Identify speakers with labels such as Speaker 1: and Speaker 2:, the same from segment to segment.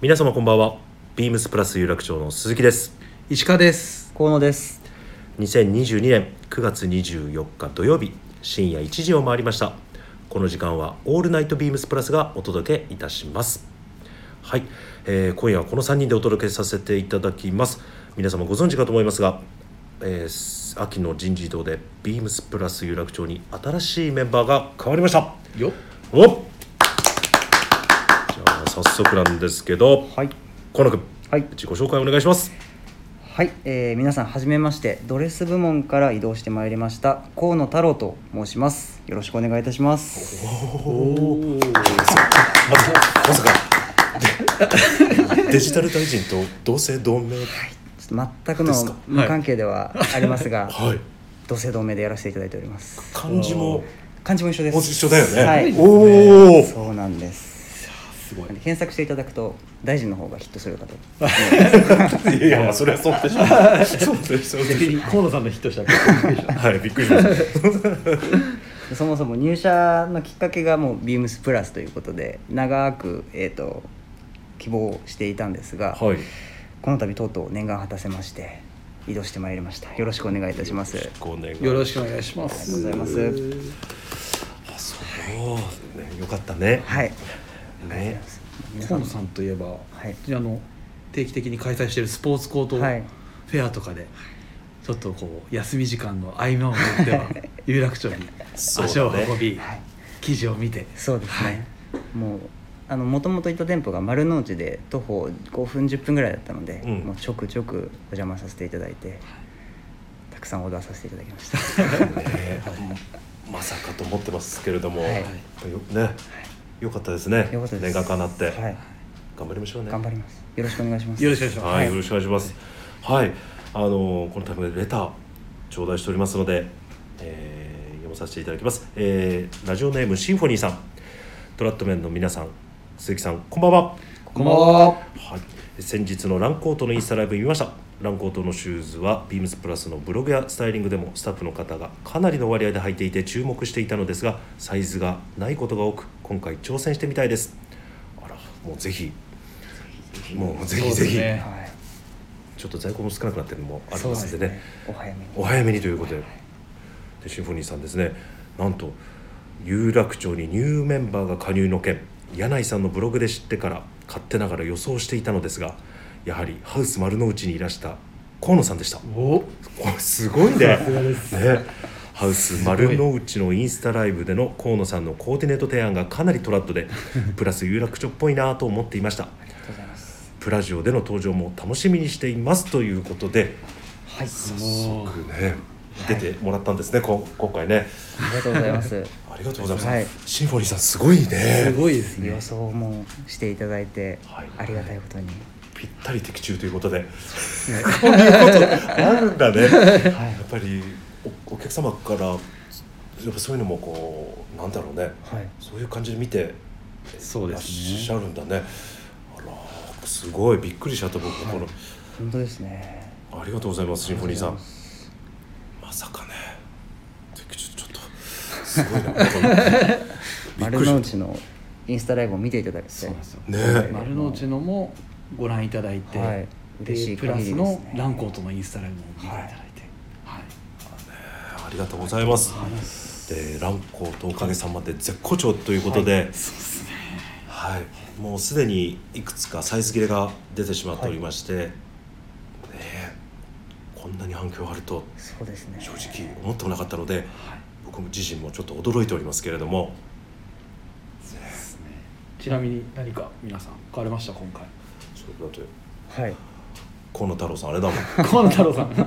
Speaker 1: 皆様こんばんはビームスプラス有楽町の鈴木です
Speaker 2: 石川です
Speaker 3: 河野です
Speaker 1: 2022年9月24日土曜日深夜1時を回りましたこの時間はオールナイトビームスプラスがお届けいたしますはい、えー今夜はこの3人でお届けさせていただきます皆様ご存知かと思いますが、えー秋の人事異動でビームスプラス有楽町に新しいメンバーが変わりました
Speaker 2: よ
Speaker 1: おじゃあ早速なんですけど
Speaker 3: はい
Speaker 1: 河野君、
Speaker 3: はい
Speaker 1: 自己紹介お願いします
Speaker 3: はい、えー、皆さんはじめましてドレス部門から移動してまいりました河野太郎と申しますよろしくお願いいたします
Speaker 1: まさか デジタル大臣と同姓同名
Speaker 3: ちょっと全く
Speaker 1: ですか
Speaker 3: の
Speaker 1: はい
Speaker 3: 無関係ではありま すが、
Speaker 1: はい
Speaker 3: 同姓同名でやらせていただいております
Speaker 1: 漢字も
Speaker 3: 漢字も一緒です
Speaker 1: 一緒だよね、
Speaker 3: はい
Speaker 1: おお
Speaker 3: そうなんです
Speaker 2: すごい
Speaker 3: なんで検索していただくと大臣の方がヒットするかと
Speaker 1: いやいやまあそれはそうでしょうそうでしょう
Speaker 2: 逆に河野さんのヒットしたから
Speaker 1: はいびっくりしました
Speaker 3: でそもそも入社のきっかけがもうビームスプラスということで長くえっ、と希望していたんですが、
Speaker 1: はい
Speaker 3: この度とうとう念願を果たせまして移動してまいりましたよろしくお願いいたします
Speaker 1: 5年
Speaker 2: よろ
Speaker 1: し
Speaker 2: しくお願いします
Speaker 3: ありがとうございます
Speaker 1: くそう、ね、よかったね
Speaker 3: はい
Speaker 1: ね
Speaker 2: 河野さんといえば、
Speaker 3: は
Speaker 2: あ
Speaker 3: い
Speaker 2: の定期的に開催しているスポーツコートフ
Speaker 3: はい
Speaker 2: ェアとかで、ちょっとこう休み時間の合間を縫っては有楽町に
Speaker 1: そう
Speaker 2: 足
Speaker 1: だ
Speaker 2: を
Speaker 1: ね
Speaker 2: 運び、
Speaker 3: はい
Speaker 2: 記事を見て
Speaker 3: そうですね、もうあのもともといた店舗が丸の内で徒歩5分10分ぐらいだったので、
Speaker 1: うん
Speaker 3: もうちょくちょくお邪魔させていただいてたくさんオーダーさせていただきました
Speaker 1: ねまさかと思ってますけれども、
Speaker 3: はい
Speaker 1: よねよかったですね
Speaker 3: よかったです
Speaker 1: 念願かなって、
Speaker 3: はい
Speaker 1: 頑張りましょうね
Speaker 3: 頑張りますよろしくお願いします
Speaker 2: よろしくお願いします
Speaker 1: はい、よろしくお願いします。はい、あのこのためレター頂戴しておりますので、えー読まさせていただきます、えーラジオネームシンフォニーさん、トラットメンの皆さん、鈴木さん、こんばんは。
Speaker 2: こんばんは
Speaker 1: はい、先日のランコートのインスタライブ見ましたランコートのシューズはビームスプラスのブログやスタイリングでもスタッフの方がかなりの割合で履いていて注目していたのですがサイズがないことが多く今回挑戦してみたいですあらもうぜひもうぜひ
Speaker 2: そう
Speaker 1: ぜ
Speaker 2: です
Speaker 1: ひ、
Speaker 2: ね
Speaker 3: はい
Speaker 1: ちょっと在庫も少なくなってるのもあり
Speaker 3: そう
Speaker 1: ま
Speaker 3: です
Speaker 1: ん
Speaker 3: す
Speaker 1: でね
Speaker 3: ねお早めに
Speaker 1: お早めにということででシンフォニーさんですねなんと有楽町にニューメンバーが加入の件柳井さんのブログで知ってから勝手ながら予想していたのですがやはりハウス丸の内にいらした河野さんでした
Speaker 2: お
Speaker 1: これすごいね
Speaker 2: さすがです
Speaker 1: ねハウス丸の内のインスタライブでの河野さんのコーディネート提案がかなりトラッド でプラス有楽町っぽいなと思っていました
Speaker 3: ありがとうございます
Speaker 1: プラジオでの登場も楽しみにしていますということで
Speaker 3: はい
Speaker 2: もう
Speaker 1: ね出てもらったんですね、こ今回ね
Speaker 3: ありがとうございます
Speaker 1: ありがとうございます、
Speaker 3: はい
Speaker 1: シンフォニーさんすごいね
Speaker 2: すごいですね
Speaker 3: 予想もしていただいて、
Speaker 1: はい
Speaker 3: ありがたいことに、
Speaker 1: ぴったり的中ということでこういうことあるんだね、やっぱりおお客様からやっぱそういうのもこうなんだろうね
Speaker 3: はい、
Speaker 1: そういう感じで見て
Speaker 2: そ
Speaker 1: い
Speaker 2: うで
Speaker 1: らっ
Speaker 2: す
Speaker 1: しゃ
Speaker 2: ね
Speaker 1: るんだねあらすごいびっくりしちゃった僕、こ
Speaker 3: 本当ですね
Speaker 1: のありがとうございますシンフォニーさ
Speaker 3: あり
Speaker 1: ん
Speaker 3: がとうございます
Speaker 1: まさかね的中ちょっとすごいなこの
Speaker 3: 丸の内のインスタライブを見ていただいて
Speaker 2: そうなんですよ
Speaker 1: ね
Speaker 2: 丸の内のもご覧いただいて、
Speaker 3: はい
Speaker 2: で
Speaker 3: 嬉しい
Speaker 2: プラ
Speaker 3: 限
Speaker 2: ス
Speaker 3: りですね
Speaker 2: のランコートのインスタライブも見ていただいて、はい
Speaker 1: ありがとうございます。で、ランコーとおかげさまで絶好調ということで、はい、もうすでにいくつかサイズ切れが出てしまっておりまして、ねえこんなに反響あると
Speaker 3: そうですね
Speaker 1: 正直思ってもなかったので、僕も自身もちょっと驚いておりますけれども、
Speaker 2: ちなみに何か皆さん買われました今回
Speaker 1: そうだって
Speaker 3: はい
Speaker 1: 河野太郎さんあれだもん。
Speaker 2: 河野太郎さん
Speaker 3: フ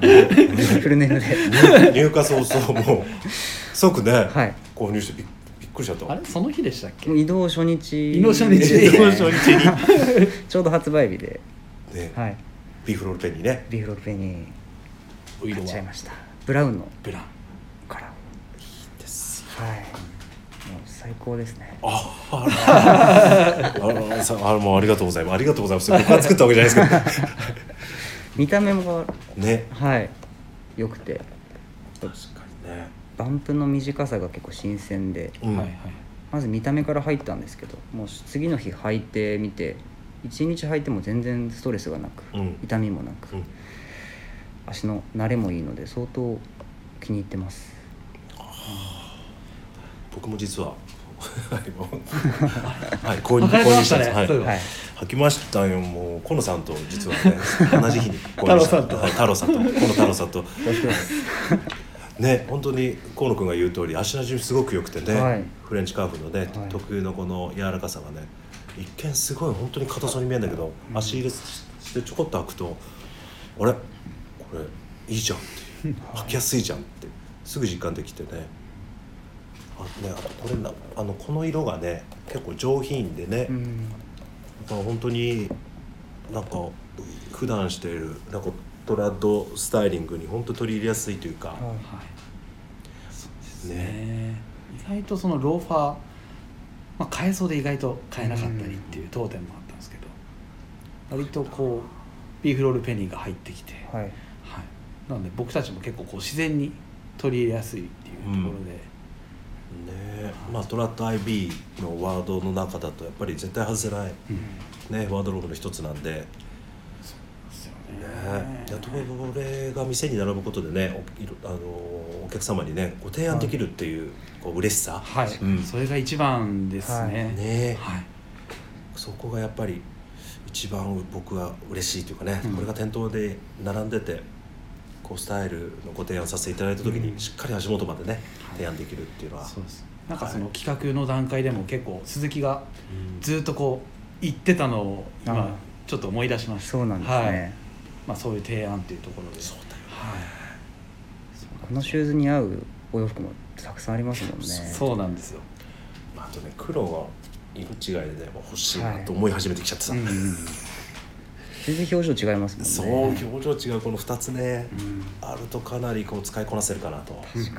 Speaker 3: ルネームで
Speaker 1: 入入荷早々もう即ね、
Speaker 3: はい
Speaker 1: 購入してびっびっくりしちゃった。
Speaker 2: あれその日でしたっけ
Speaker 3: もう移動初日
Speaker 2: 移動初日
Speaker 3: ですね
Speaker 2: 移動
Speaker 1: 日
Speaker 2: 初
Speaker 1: に、
Speaker 3: ちょうど発売日で、
Speaker 1: ね、
Speaker 3: はい、
Speaker 1: ビーフロールペンにね。
Speaker 3: ビーフロッペに
Speaker 2: お色
Speaker 3: 買っちゃい
Speaker 2: は
Speaker 3: ましたブラウンの
Speaker 2: ブラン
Speaker 3: カラ
Speaker 1: です
Speaker 3: ーはいもう最高ですね
Speaker 1: ああらあさあもうありがとうございますありがとうございます僕が作ったわけじゃないですけ
Speaker 3: 見た目も
Speaker 1: どね
Speaker 3: はい良くて
Speaker 1: 確かにね、
Speaker 3: バンプの短さが結構新鮮で
Speaker 1: うん
Speaker 2: はいはい
Speaker 3: まず見た目から入ったんですけどもう次の日履いてみて1日履いても全然ストレスがなく、
Speaker 1: うん
Speaker 3: 痛みもなく、
Speaker 1: うん
Speaker 3: 足の慣れもいいので相当気に入ってます
Speaker 1: 僕も実ははいもうはい購入
Speaker 2: わかりましたね
Speaker 1: 購入んです
Speaker 2: そういえば
Speaker 3: はい
Speaker 1: 履きましたよもう河野さんと実はね同じ日に購入した
Speaker 2: 太郎さんと
Speaker 1: はい、太郎さんと河野太郎さんと
Speaker 3: よろしくです
Speaker 1: ね本当に河野君が言う通り足なじみすごく良くてね、
Speaker 3: はい
Speaker 1: フレンチカーブのね、
Speaker 3: はい
Speaker 1: 特有のこの柔らかさがね一見すごい本当に硬そうに見えるんだけど、足入れしてちょこっと開くとあれこれいいじゃんっていう履きやすいじゃんってすぐ実感できてねあねあとこれなあのこの色がね結構上品でね、
Speaker 3: うん
Speaker 1: まあ、本当になんか普段しているなんかトラッドスタイリングに本当取り入れやすいというか、
Speaker 3: はい
Speaker 2: はいそうですね意外とそのローファー、まあ、買えそうで意外と買えなかったりっていう当店もあったんですけど割とこうビーフロールペニーが入ってきて、はい
Speaker 3: はい
Speaker 2: なので僕たちも結構こう自然に取り入れやすいっていうところで、
Speaker 1: ねえまあ、トラット IB のワードの中だとやっぱり絶対外せない、
Speaker 2: うん
Speaker 1: ね、ワードローブの一つなんで、ね
Speaker 2: ですよ
Speaker 1: え
Speaker 2: ね、
Speaker 1: やっとこれが店に並ぶことでねおいろあのお客様にねご提案できるっていう,、こう嬉しさ、
Speaker 2: はい、
Speaker 1: うん
Speaker 2: それが一番ですね、
Speaker 1: ねえ
Speaker 2: はい
Speaker 1: そこがやっぱり一番僕は嬉しいというかね、
Speaker 2: うん
Speaker 1: これが店頭で並んでてこうスタイルのご提案させていただいた時
Speaker 2: う
Speaker 1: に
Speaker 2: ん
Speaker 1: しっかり足元までね、
Speaker 2: はい
Speaker 1: 提案できるっていうのは。
Speaker 2: そうですなんかその企画の段階でも結構鈴木がずっとこう言ってたのを
Speaker 3: あ
Speaker 2: 今ちょっと思い出しました
Speaker 3: そうなんですね、
Speaker 2: はいまあ、そういう提案っていうところで
Speaker 1: そうだよ
Speaker 2: はい
Speaker 3: このシューズに合うお洋服もたくさんありますもんね
Speaker 2: そうなんですよ、
Speaker 1: まあ、あとね黒が色違いで、ね、もう欲しいなと思い始めてきちゃってさ、
Speaker 2: うん
Speaker 3: 全然表情違いますもんね
Speaker 1: そう表情違うこの2つね、あるとかなりこう使いこなせるかなと。
Speaker 2: うん
Speaker 1: ね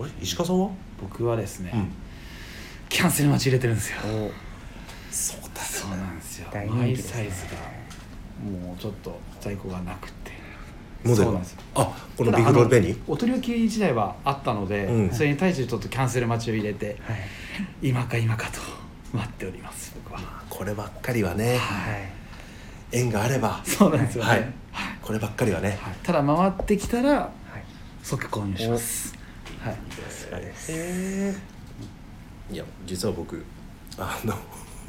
Speaker 1: あれ石川さんは、
Speaker 2: 僕はですね、キャンセル待ち入れてるんですよ
Speaker 3: お
Speaker 1: そうだ
Speaker 2: そうなんですよ
Speaker 3: 大人
Speaker 2: マ
Speaker 3: 気
Speaker 2: イ
Speaker 3: ですね
Speaker 2: サイズがもうちょっと在庫がなくて
Speaker 1: モデ
Speaker 2: そ
Speaker 1: ル
Speaker 2: うな
Speaker 1: は
Speaker 2: んですよ
Speaker 1: あこのビッグロールペニー
Speaker 2: ただあのお取り置き時代はあったので、
Speaker 1: うん
Speaker 2: それに対してちょっとキャンセル待ちを入れて
Speaker 3: はい
Speaker 2: 今か今かと待っております僕は、
Speaker 1: こればっかりはね
Speaker 3: はい
Speaker 1: 縁があれば
Speaker 2: そうなんですよね、
Speaker 1: は
Speaker 2: はいい
Speaker 1: こればっかりはね、
Speaker 2: はいただ回ってきたら
Speaker 3: はい
Speaker 2: 即購入しますはい
Speaker 1: えーいや実は僕あの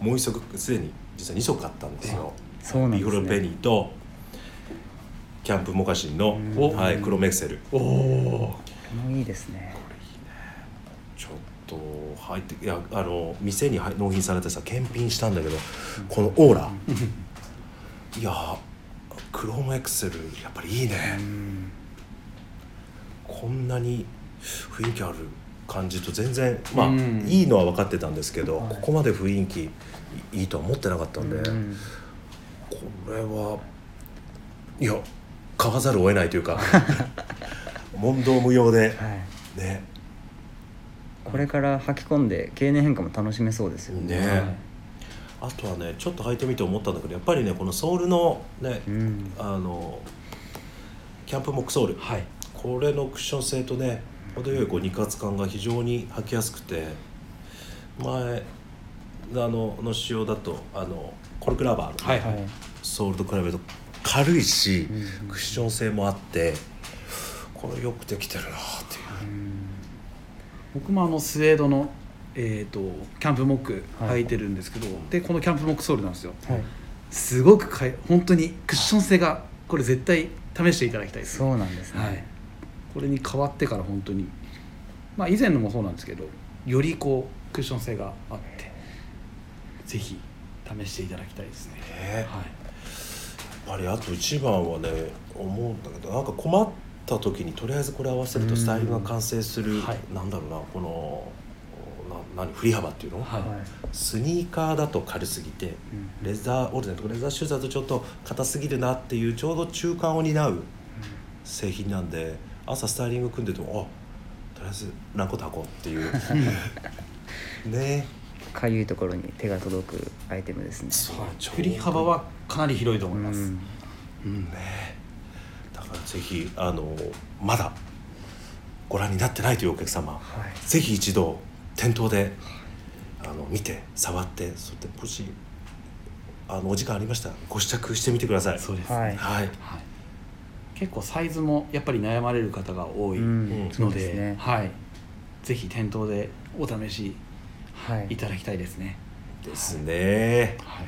Speaker 1: もう一足すでに実は2足買ったんですよ
Speaker 3: そうなんです
Speaker 1: ビ
Speaker 3: ね
Speaker 1: フロペニーとキャンプモカシンの、
Speaker 2: お
Speaker 1: はい、黒メクセル
Speaker 2: おお
Speaker 3: もういいですね
Speaker 1: ちょっと入っていやあの店に入納品されてさ検品したんだけどこのオーラいやークロームエクセルやっぱりいいねこんなに雰囲気ある感じと全然まあ、
Speaker 2: うん
Speaker 1: いいのは分かってたんですけど、ここまで雰囲気いいいとは思ってなかったんで、
Speaker 3: うん
Speaker 1: これはいや買わざるを得ないというか問答無用で
Speaker 3: はい
Speaker 1: ね
Speaker 3: これから履き込んで経年変化も楽しめそうですよね
Speaker 1: ねあとはねちょっと履いてみて思ったんだけどやっぱりねこのソールのね、
Speaker 3: うん
Speaker 1: あのキャンプモックソール、
Speaker 2: はい
Speaker 1: これのクッション性とね程よいこう肉厚感が非常に履きやすくて前あのの仕様だとあのコルクラバーの、
Speaker 2: はいは
Speaker 3: はいい
Speaker 1: ソールと比べると軽いし、
Speaker 3: うん
Speaker 1: クッション性もあってこれよくできてるなっていう
Speaker 3: うん
Speaker 2: 僕もあのスウェードのえー、とキャンプモック
Speaker 3: はい
Speaker 2: 履いてるんですけど、でこのキャンプモックソールなんですよ
Speaker 3: はい
Speaker 2: すごくかい本当にクッション性がこれ絶対試していただきたいです
Speaker 3: そうなんですね
Speaker 2: はい、これに変わってから本当にまあ以前のもそうなんですけどよりこうクッション性があってぜひ試していただきたいですね、
Speaker 1: ねやっ
Speaker 2: はい、
Speaker 1: ぱりあと一番はね思うんだけどなんか困った時にとりあえずこれ合わせるとスタイリングが完成する、
Speaker 2: うんはい
Speaker 1: なんだろうなこのな何振り幅っていうの、
Speaker 2: はい
Speaker 3: はい
Speaker 1: スニーカーだと軽すぎて
Speaker 3: うん
Speaker 1: レザーオールデンとかレザーシューズだとちょっと硬すぎるなっていうちょうど中間を担う製品なんで朝スタイリング組んでてもあとりあえず何個炊こうっていうね
Speaker 3: かゆいところに手が届くアイテムですね
Speaker 1: そうちょうど
Speaker 2: 振り幅はかなり広いと思います、
Speaker 3: うん
Speaker 2: うん
Speaker 1: だからぜひあのまだご覧になってないというお客様
Speaker 3: はい
Speaker 1: ぜひ一度店頭であの見て触ってそしてもしあのお時間ありましたらご試着してみてください
Speaker 2: そうです、
Speaker 3: はい
Speaker 1: はい
Speaker 2: はい結構サイズもやっぱり悩まれる方が多いので,、
Speaker 3: ん
Speaker 1: うん
Speaker 3: そうですね
Speaker 2: はい、ぜひ店頭でお試し
Speaker 3: はい
Speaker 2: いただきたいですね、
Speaker 1: ですね
Speaker 2: はい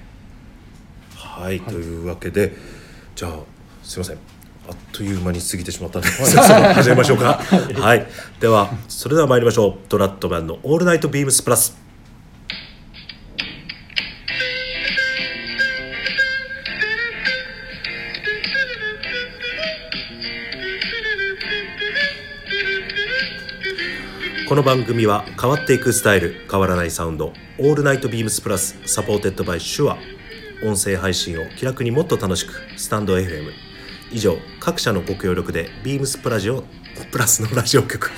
Speaker 1: はい、
Speaker 2: はい
Speaker 1: というわけでじゃあすいませんあっという間に過ぎてしまったので、 そろそろ始めましょう かはいではそれでは参りましょうドラットマンの「オールナイトビームスプラス」この番組は変わっていくスタイル変わらないサウンド「オールナイトビームスプラス」サポーテッドバイシュア音声配信を気楽にもっと楽しくスタンド FM 以上各社のご協力でビームスプラジオプラスのラジオ 局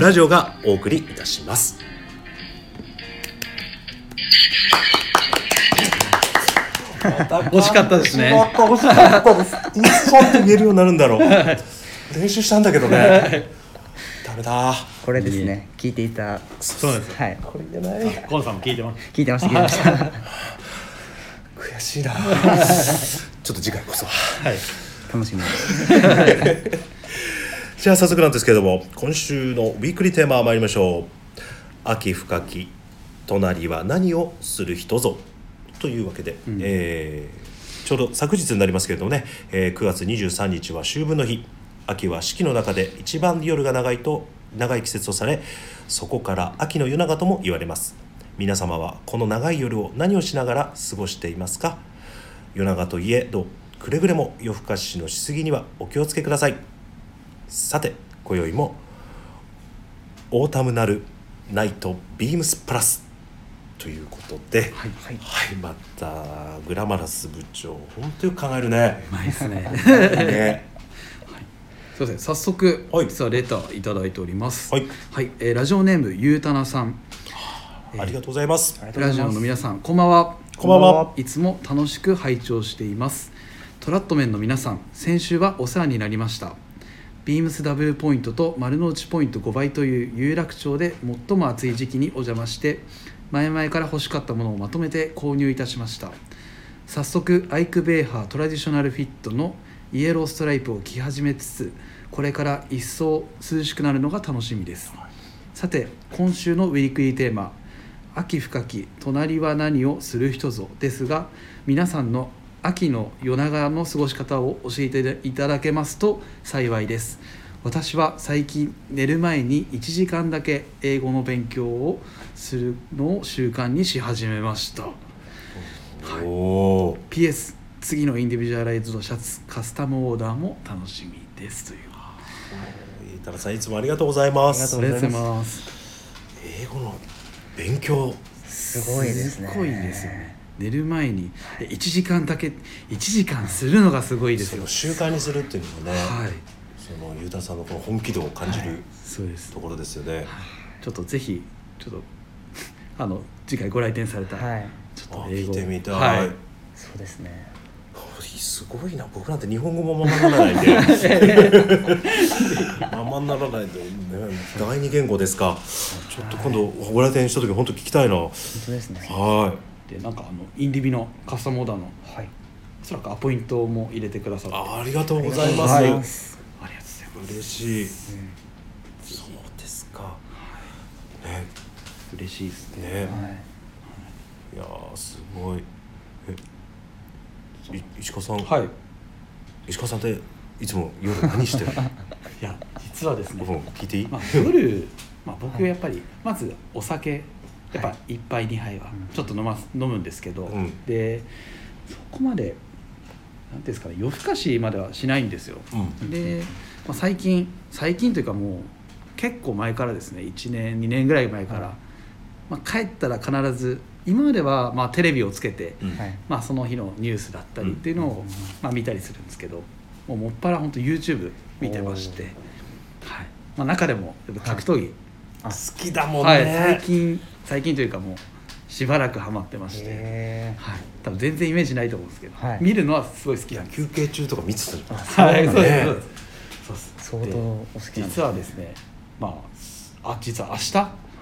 Speaker 1: ラジオがお送りいたし ます
Speaker 2: 惜しかったですね
Speaker 1: また惜しかったですいつそうやって言えるようになるんだろう練習したんだけどね ダメだ
Speaker 3: これですね聞いていた
Speaker 2: そうなんですよ
Speaker 3: はい
Speaker 1: これじゃない
Speaker 2: コンさんも聞いてます
Speaker 3: 聞いてました聞いてました
Speaker 1: 悔しい なちょっと次回こそは
Speaker 2: はい
Speaker 3: 楽しみです
Speaker 1: じゃあ早速なんですけれども今週のウィークリーテーマ参りましょう秋深き隣は何をする人ぞというわけで、えーちょうど昨日になりますけれどもね、えー9月23日は秋分の日秋は四季の中で一番夜が長いと長い季節とされそこから秋の夜長とも言われます皆様はこの長い夜を何をしながら過ごしていますか夜長といえどくれぐれも夜更かしのしすぎにはお気をつけくださいさて今宵もオータムナルナイトビームスプラスということで、はい
Speaker 3: はい
Speaker 1: またグラマラス部長本当よく考えるね。
Speaker 2: うまいです ね
Speaker 1: ね
Speaker 2: そうですね早速、
Speaker 1: はい
Speaker 2: 実はレターいただいております
Speaker 1: はい、
Speaker 2: えーラジオネームゆうたなさん
Speaker 1: ありがとうございます。
Speaker 2: ラジオの皆さんこんばんは
Speaker 1: こんばんはい
Speaker 2: つも楽しく拝聴していますトラットメンの皆さん先週はお世話になりましたビームスダブルポイントと丸の内ポイント5倍という有楽町で最も暑い時期にお邪魔して前々から欲しかったものをまとめて購入いたしました早速アイク・ベーハートラディショナルフィットのイエローストライプを着始めつつこれから一層涼しくなるのが楽しみです、さて今週のウィークリーテーマ「秋深き隣は何をする人ぞ」ですが皆さんの秋の夜長の過ごし方を教えていただけますと幸いです私は最近寝る前に1時間だけ英語の勉強をするのを習慣にし始めました
Speaker 1: おお
Speaker 2: PS 次のインディビジュアライズドシャツカスタムオーダーも楽しみですというあ
Speaker 1: ー、伊田さんいつもありがとうございます
Speaker 3: あ。りがとうござい
Speaker 2: ます
Speaker 1: 英語の勉強。
Speaker 3: すごいですね
Speaker 2: すごいですよね寝る前に1時間だけ1時間するのがすごいです
Speaker 1: そ
Speaker 2: よ
Speaker 1: の習慣にするっていうのもね、
Speaker 2: はい
Speaker 1: そのゆうたさんのこの本気度を感じる、
Speaker 2: そうです
Speaker 1: ところですよね。
Speaker 2: ちょっとぜひちょっとあの次回ご来店された、
Speaker 3: はい
Speaker 2: ち
Speaker 1: あ
Speaker 2: ょっと英
Speaker 1: 聞
Speaker 2: 語
Speaker 1: いてみた
Speaker 2: はいい、
Speaker 3: そうですね
Speaker 1: すごいな僕なんて日本語もままならない んでままならないんで、ね、第二言語ですかちょっと今度ご来店した時本当聞きたいなは
Speaker 3: 本当ですね
Speaker 1: い
Speaker 2: でなんかあのインディビのカスタムオーダーの
Speaker 3: はい
Speaker 2: おそらくアポイントも入れてくださってあ
Speaker 1: あありがとうございます
Speaker 3: ありがとう
Speaker 2: りがとうござい
Speaker 3: ございす
Speaker 2: ます
Speaker 1: 嬉しい、そうですかね
Speaker 2: 嬉しいですね
Speaker 1: ね
Speaker 3: はい
Speaker 1: いやーすごいえい石川さん、
Speaker 2: はい
Speaker 1: 石川さんっていつも夜何して る
Speaker 2: いや実はですね、
Speaker 1: うん聞いていい、
Speaker 2: まあ、夜、まあ、僕はやっぱり、まずお酒やっぱ1杯2杯は
Speaker 3: うん
Speaker 2: ちょっと飲ます飲むんですけど、
Speaker 1: うん
Speaker 2: でそこまでなんていうんですかね夜更かしまではしないんですよ
Speaker 1: うん
Speaker 2: で、まあ、最近最近というかもう結構前からですね1年2年ぐらい前から、
Speaker 3: はい
Speaker 2: まあ、帰ったら必ず今まではまあテレビをつけて、
Speaker 1: うん
Speaker 3: はい
Speaker 2: まあ、その日のニュースだったりっていうのを、
Speaker 3: うん
Speaker 2: まあ、見たりするんですけどもうもっぱら本当 YouTube 見てまして、はいまあ、中でもやっぱ格闘技、
Speaker 1: 好きだもんね、
Speaker 2: はい最近最近というかもうしばらくハマってまして、
Speaker 3: へ
Speaker 2: はい、多分全然イメージないと思うんですけど、
Speaker 3: はい
Speaker 2: 見るのはすごい好きなんです
Speaker 1: 休憩中とか見つつ
Speaker 3: ーあ
Speaker 2: はい
Speaker 3: そ
Speaker 2: そうう
Speaker 3: な
Speaker 2: で
Speaker 3: んだ
Speaker 2: す
Speaker 1: ね
Speaker 2: そうですそうです
Speaker 3: 相当
Speaker 2: で
Speaker 3: お好きなんです
Speaker 2: 実はですねまああ実は明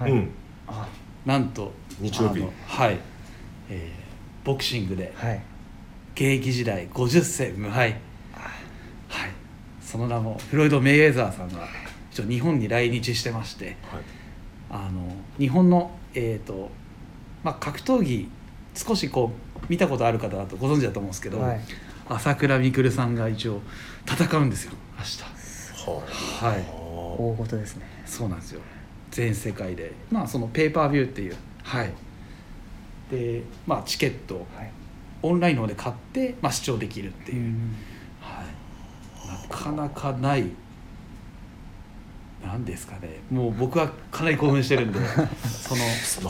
Speaker 2: 日
Speaker 1: うん
Speaker 3: あ
Speaker 2: なんと
Speaker 1: 日曜日
Speaker 2: あのはい、えーボクシングで
Speaker 3: はい
Speaker 2: 現役時代50戦無敗はいその名もフロイド・メイウェザーさんが一応日本に来日してまして
Speaker 1: はい
Speaker 2: あの日本の、えーとまあ、格闘技少しこう見たことある方だとご存知だと思うんですけど、
Speaker 3: はい
Speaker 2: 朝倉未来さんが一応戦うんですよ明
Speaker 1: は
Speaker 2: 日はい
Speaker 1: あは
Speaker 3: 大事ですね
Speaker 2: そうなんですよ全世界でまあそのペーパービューっていうはいでまあチケットを
Speaker 3: はい
Speaker 2: オンラインの方で買って、まあ、視聴できるっていう、はい、なかなかないなんですかねもう僕はかなり興奮してる んでその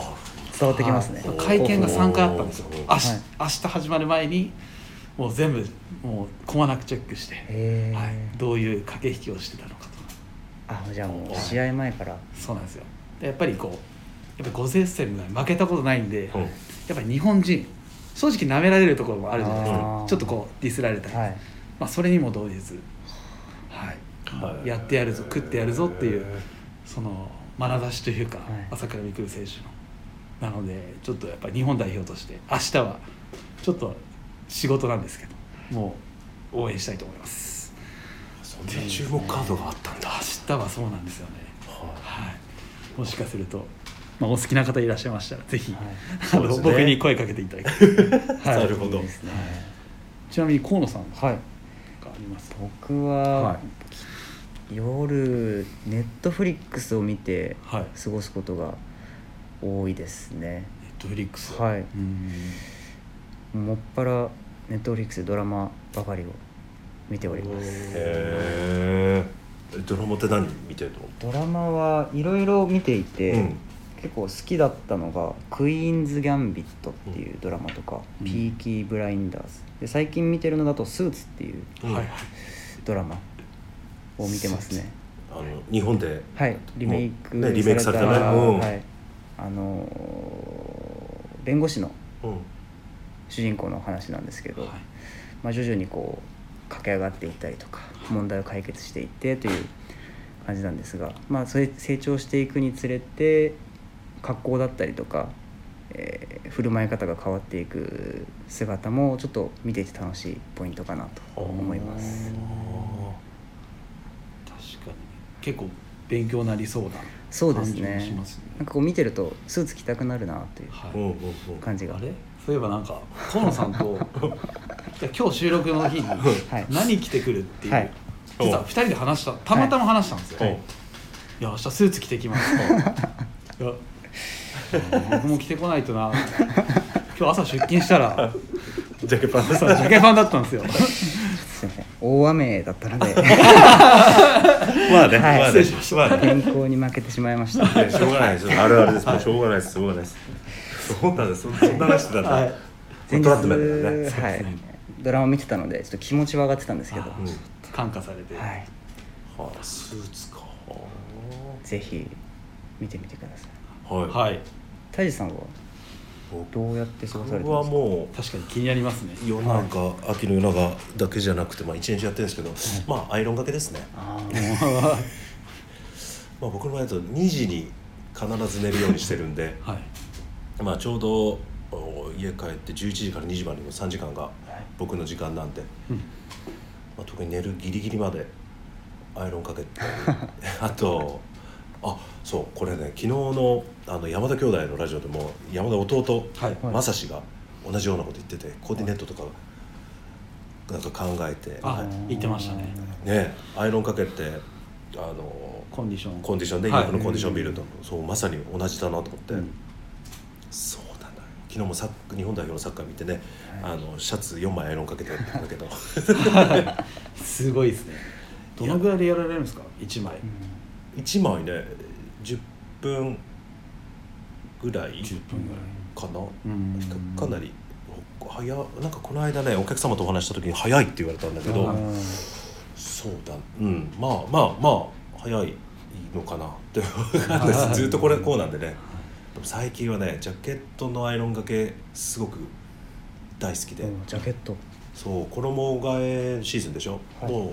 Speaker 1: あなるほ
Speaker 3: 伝わってきますね
Speaker 2: はい会見が3回あったんですよ
Speaker 1: おー
Speaker 2: 明日,、
Speaker 3: はい
Speaker 2: 明日始まる前にもう全部もうこまなくチェックして、
Speaker 3: へえ
Speaker 2: はい、どういう駆け引きをしてたのかと
Speaker 3: あじゃあもう試合前から
Speaker 2: そうなんですよでやっぱりこうやっぱ50戦ぐらい負けたことないんで、
Speaker 1: どうん
Speaker 2: やっぱり日本人正直なめられるところもあるじゃないです
Speaker 3: あ
Speaker 2: か
Speaker 3: ー
Speaker 2: ちょっとこうディスられたり、
Speaker 3: はい
Speaker 2: まあ、それにも動じず、はい
Speaker 1: はい
Speaker 2: やってやるぞ食ってやるぞっていう
Speaker 1: へー
Speaker 2: その眼差しというか、
Speaker 3: はい
Speaker 2: 朝倉未来選手のなのでちょっとやっぱり日本代表として明日はちょっと仕事なんですけどもう応援したいと思います
Speaker 1: そんな注目カードがあったんだ
Speaker 2: 明日はそうなんですよね
Speaker 1: は
Speaker 2: はいもしかすると、まあ、お好きな方いらっしゃいましたらぜひ、
Speaker 3: はい
Speaker 2: あ
Speaker 1: そうで
Speaker 2: の
Speaker 1: すね
Speaker 2: 僕に声かけていた だき
Speaker 1: い
Speaker 2: たい、
Speaker 1: なるほど
Speaker 3: いいですね
Speaker 2: ちなみに河野さんが
Speaker 3: はい
Speaker 2: あります
Speaker 3: 僕
Speaker 2: は
Speaker 3: は夜ネットフリックスを見て
Speaker 2: はい
Speaker 3: 過ごすことが多いですね
Speaker 2: ネットフリックス
Speaker 3: はいう
Speaker 2: ーん
Speaker 3: もっぱらネットフリックスでドラマばかりを見ております
Speaker 1: へえドラマって何見てるの
Speaker 3: ドラマはいろいろ見ていて、
Speaker 1: うん
Speaker 3: 結構好きだったのが「クイーンズ・ギャンビット」っていうドラマとか「
Speaker 2: うん
Speaker 3: ピーキー・ブラインダーズ」で最近見てるのだと「スーツ」っていう
Speaker 1: うん
Speaker 2: はいはい
Speaker 3: ドラマを見てますね
Speaker 1: あの日本で
Speaker 3: はいリメイク
Speaker 1: ねリメイクされたねうん
Speaker 3: はい、あのー弁護士の
Speaker 1: うん
Speaker 3: 主人公の話なんですけど、
Speaker 2: はい
Speaker 3: まあ、徐々にこう駆け上がっていったりとか問題を解決していってという感じなんですが、まあ、それ成長していくにつれて格好だったりとか、えー振る舞い方が変わっていく姿もちょっと見ていて楽しいポイントかなと思います
Speaker 2: あー確かに結構勉強なりそうな
Speaker 3: そうです
Speaker 2: 感じも
Speaker 3: ね
Speaker 2: しますね
Speaker 3: なんかこう見てるとスーツ着たくなるなという
Speaker 2: は
Speaker 1: うんうんうん
Speaker 3: 感じが、
Speaker 2: あれそういえばなんか河野さん といや今日収録の日に
Speaker 3: い
Speaker 2: 何着てくるっていう、
Speaker 3: はい
Speaker 2: 実は2人で話したたまたま話したんですよ、い、や明日スーツ着てきますいや僕も着てこないとな今日朝出勤したら
Speaker 1: ジャケパンです
Speaker 2: 朝ジャケパンだったんです よ
Speaker 3: すいません大雨だったので
Speaker 1: まあね
Speaker 3: はい
Speaker 1: まあね
Speaker 3: 失礼
Speaker 2: しまし
Speaker 1: まあね
Speaker 3: 天候に負けてしまい ました
Speaker 1: いやしょうがないですあるあるですもうしょうがないですしょうがないですそうなんですそんそんな話してたんだ、
Speaker 2: はい
Speaker 1: トラップなんだよね
Speaker 3: はい
Speaker 2: ね
Speaker 3: ドラマ見てたのでちょっと気持ちは上がってたんですけど、
Speaker 2: あ
Speaker 1: うん
Speaker 2: 感化されて、
Speaker 3: はい、
Speaker 1: はあスーツか
Speaker 3: ぜひ見てみてください
Speaker 1: はい、い、
Speaker 2: はい、
Speaker 3: タイジさんはどうやって過ごされて
Speaker 1: 僕
Speaker 3: ま
Speaker 1: は
Speaker 3: すか
Speaker 1: もう
Speaker 2: 確かに気になりますね
Speaker 1: 夜中、秋の夜中だけじゃなくて、まあ、一日やってるんですけど、まあアイロンがけですね、
Speaker 3: あ
Speaker 1: まあ、僕の場合だと2時に必ず寝るようにしてるんで
Speaker 2: はい
Speaker 1: まあちょうどお家帰って11時から2時までの3時間が僕の時間なんで、
Speaker 2: うん
Speaker 1: まあ、特に寝るギリギリまでアイロンかけ てあとあそうこれね昨日のあの山田兄弟のラジオでも山田弟
Speaker 2: はい
Speaker 3: はい
Speaker 1: 正志が同じようなこと言っててコーディネットとかなんか考えて、
Speaker 2: あ
Speaker 1: ね
Speaker 2: 言ってましたね
Speaker 1: アイロンかけてあの
Speaker 2: コンディション
Speaker 1: コンディションで
Speaker 2: はい
Speaker 1: 今のコンディション見ると、そうまさに同じだなと思って、
Speaker 2: うん
Speaker 1: そうだな昨日もサッカー日本代表のサッカー見てね、あのシャツ4枚アイロンかけてやったんだ けど
Speaker 2: すごいですねどのぐらいでやられるんですか1枚
Speaker 1: 1枚ね10分ぐらい
Speaker 2: 10分ぐらい
Speaker 1: か
Speaker 2: う
Speaker 1: な、
Speaker 2: ん
Speaker 1: かなり早なんかこの間ねお客様とお話しした時に早いって言われたんだけど、
Speaker 2: あー
Speaker 1: そうだうんまあまあまあ早いのかなって分かんないですずっとこれこうなんでねでも最近はねジャケットのアイロンがけすごく大好きで、
Speaker 3: ジャケット
Speaker 1: そう衣替えシーズンでしょ、
Speaker 3: はい
Speaker 1: もう、えっ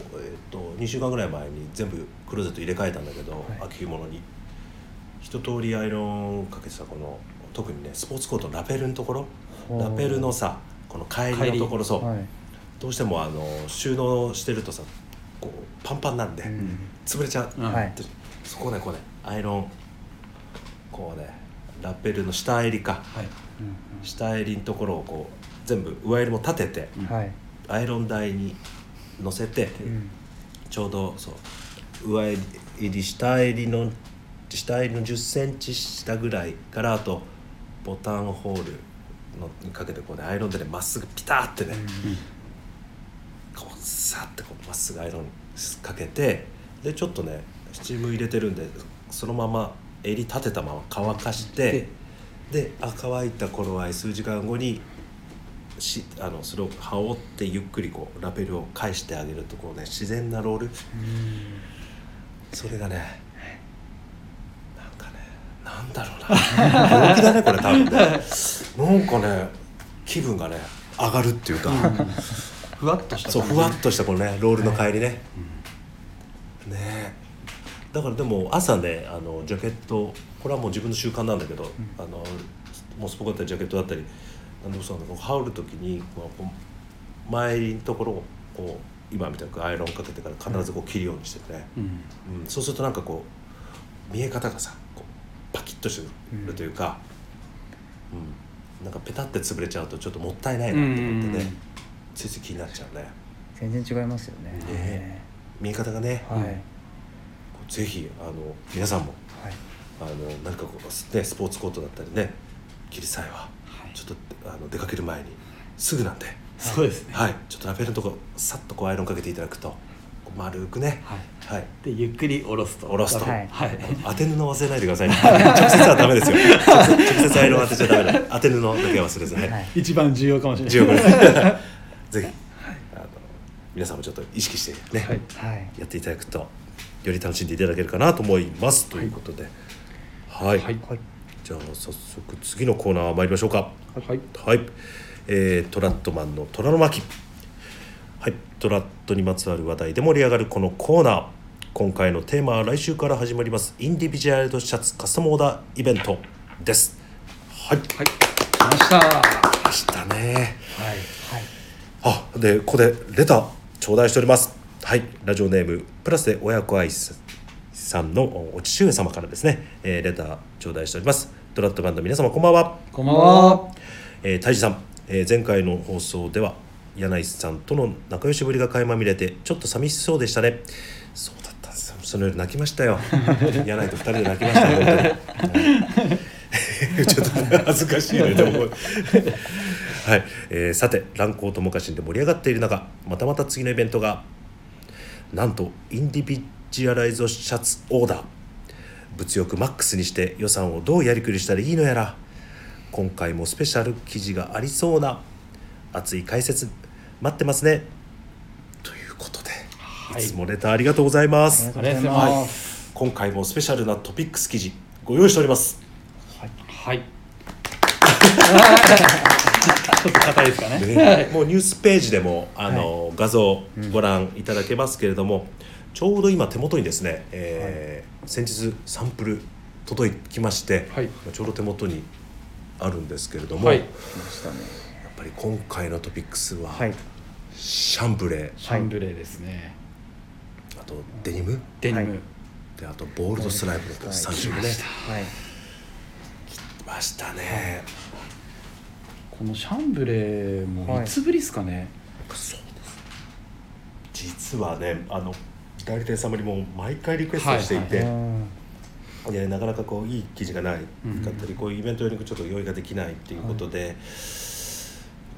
Speaker 1: と2週間ぐらい前に全部クローゼット入れ替えたんだけど、
Speaker 3: い
Speaker 1: 秋物に一通りアイロンかけてたこの特にねスポーツコートのラペルのところ
Speaker 3: ほう
Speaker 1: ラペルのさこの帰りのところそう、
Speaker 3: はい
Speaker 1: どうしてもあの収納してるとさこうパンパンなんで、
Speaker 3: うん
Speaker 1: 潰れちゃう、
Speaker 2: うん
Speaker 3: はい
Speaker 1: そこをねこうねアイロンこうねラペルの下襟か
Speaker 2: はい
Speaker 3: うん
Speaker 1: 下襟のところをこう全部上襟も立てて
Speaker 3: うんはい
Speaker 1: アイロン台に乗せて、
Speaker 3: うん
Speaker 1: ちょうどそう上襟下襟の下襟の1 0ンチ下ぐらいからあとボタンホールのにかけてこうねアイロンでねまっすぐピタってね、こうさってこうまっすぐアイロンかけてでちょっとねスチーム入れてるんでそのまま襟立てたまま乾かしてであ乾いた頃合い数時間後にしあのそれを羽織ってゆっくりこうラベルを返してあげるとこうね自然なロールそれがねなんかねなんだろうな病気だねこれ多分ねなんかね気分がね上がるっていうか。
Speaker 2: ふわっとした
Speaker 1: そう
Speaker 2: 感じ
Speaker 1: ふわっとしたこのねロールの帰りね、ねえだからでも朝ねあのジャケットこれはもう自分の習慣なんだけど、あのもうスポコだったりジャケットだったり何でもそうなんだけど羽織る時にこうこう前襟のところをこう今みたくアイロンかけてから必ずこう切るようにしててね、
Speaker 2: うん
Speaker 1: うん、そうするとなんかこう見え方がさこうパキッとしてるというか、うんなんかペタって潰れちゃうとちょっともったいないなと思ってね、
Speaker 2: うん
Speaker 1: ついつい気になっちゃうね。
Speaker 3: 全然違いますよね
Speaker 1: ね見え方がね、
Speaker 3: はいはい
Speaker 1: ぜひあの皆さんもあのなんかこう、ね、スポーツコートだったりね切り裂いはちょっとあの出かける前にすぐなんで、
Speaker 2: そうですね
Speaker 1: はい、ちょっとラベルのとこさっとこうアイロンかけていただくとこう丸くね、
Speaker 2: はい
Speaker 1: はい、
Speaker 2: でゆっくり下ろすと
Speaker 1: 下ろすと
Speaker 2: はいはい
Speaker 1: 当て布忘れないでください、ね、直接はダメですよ直接直接アイロン当てちゃダメだ当て布だけは忘れずね、
Speaker 3: はい
Speaker 2: 一番重要かもしれない
Speaker 1: 重要ですぜひあの皆さんもちょっと意識してね、
Speaker 2: はい
Speaker 3: はい
Speaker 1: やっていただくとより楽しんでいただけるかなと思いますということではい、
Speaker 2: はい
Speaker 3: はい
Speaker 1: じゃあ早速次のコーナー参りましょうか
Speaker 2: はい
Speaker 1: はい、えートラットマンの虎の巻はいトラットにまつわる話題で盛り上がるこのコーナー今回のテーマは来週から始まりますインディビジュアルドシャツカスタムオーダーイベントですはい
Speaker 2: はい来ましたは
Speaker 1: ましたね
Speaker 2: い
Speaker 3: はい
Speaker 1: あでここでレター頂戴しておりますはいラジオネームプラスで親子愛さんのお父上様からですね、えーレター頂戴しておりますトラットマンの皆様こんばんは
Speaker 2: こんばんは
Speaker 1: えー、タイジさん、えー前回の放送では柳井さんとの仲良しぶりが垣間見れてちょっと寂しそうでしたねそうだったんですよその夜泣きましたよ柳井と二人で泣きましたよ本当にはい ちょっと恥ずかしいねでもはい、えーさて乱行ともかしんで盛り上がっている中またまた次のイベントがなんとインディビジュアライズシャツオーダー物欲マックスにして予算をどうやりくりしたらいいのやら今回もスペシャル記事がありそうな熱い解説待ってますねということで、
Speaker 2: はい
Speaker 1: い、つもレターありがとうございま
Speaker 3: あり
Speaker 1: す
Speaker 3: がとうござい
Speaker 2: ありがとうござい
Speaker 3: ま
Speaker 2: ます
Speaker 1: 今回もスペシャルなトピックス記事ご用意しております
Speaker 2: はい ちょっと硬いですかね
Speaker 1: ねもうニュースページでもあの、画像ご覧いただけますけれども、ちょうど今手元にですね、えー先日サンプル届きまして、
Speaker 2: はい
Speaker 1: ちょうど手元にあるんですけれども、
Speaker 2: はい
Speaker 1: やっ
Speaker 3: 来ましたね
Speaker 1: ぱり今回のトピックスは、
Speaker 3: はい
Speaker 1: シャンブレー
Speaker 2: シャンブレーですね
Speaker 1: あとデニム
Speaker 2: デニ
Speaker 3: は
Speaker 2: ム
Speaker 3: い
Speaker 1: であとボールドストライプの3種類ね
Speaker 3: はい
Speaker 1: 来ましたね、
Speaker 2: このシャンブレーも
Speaker 3: はい
Speaker 2: いつぶりですかね
Speaker 1: そうです実はねあの代理店様にも毎回リクエストしていて、
Speaker 3: うん
Speaker 1: ねなかなかこういい記事がないか
Speaker 2: うん
Speaker 1: ったり、こういうイベント用にちょっと用意ができないっていうことで、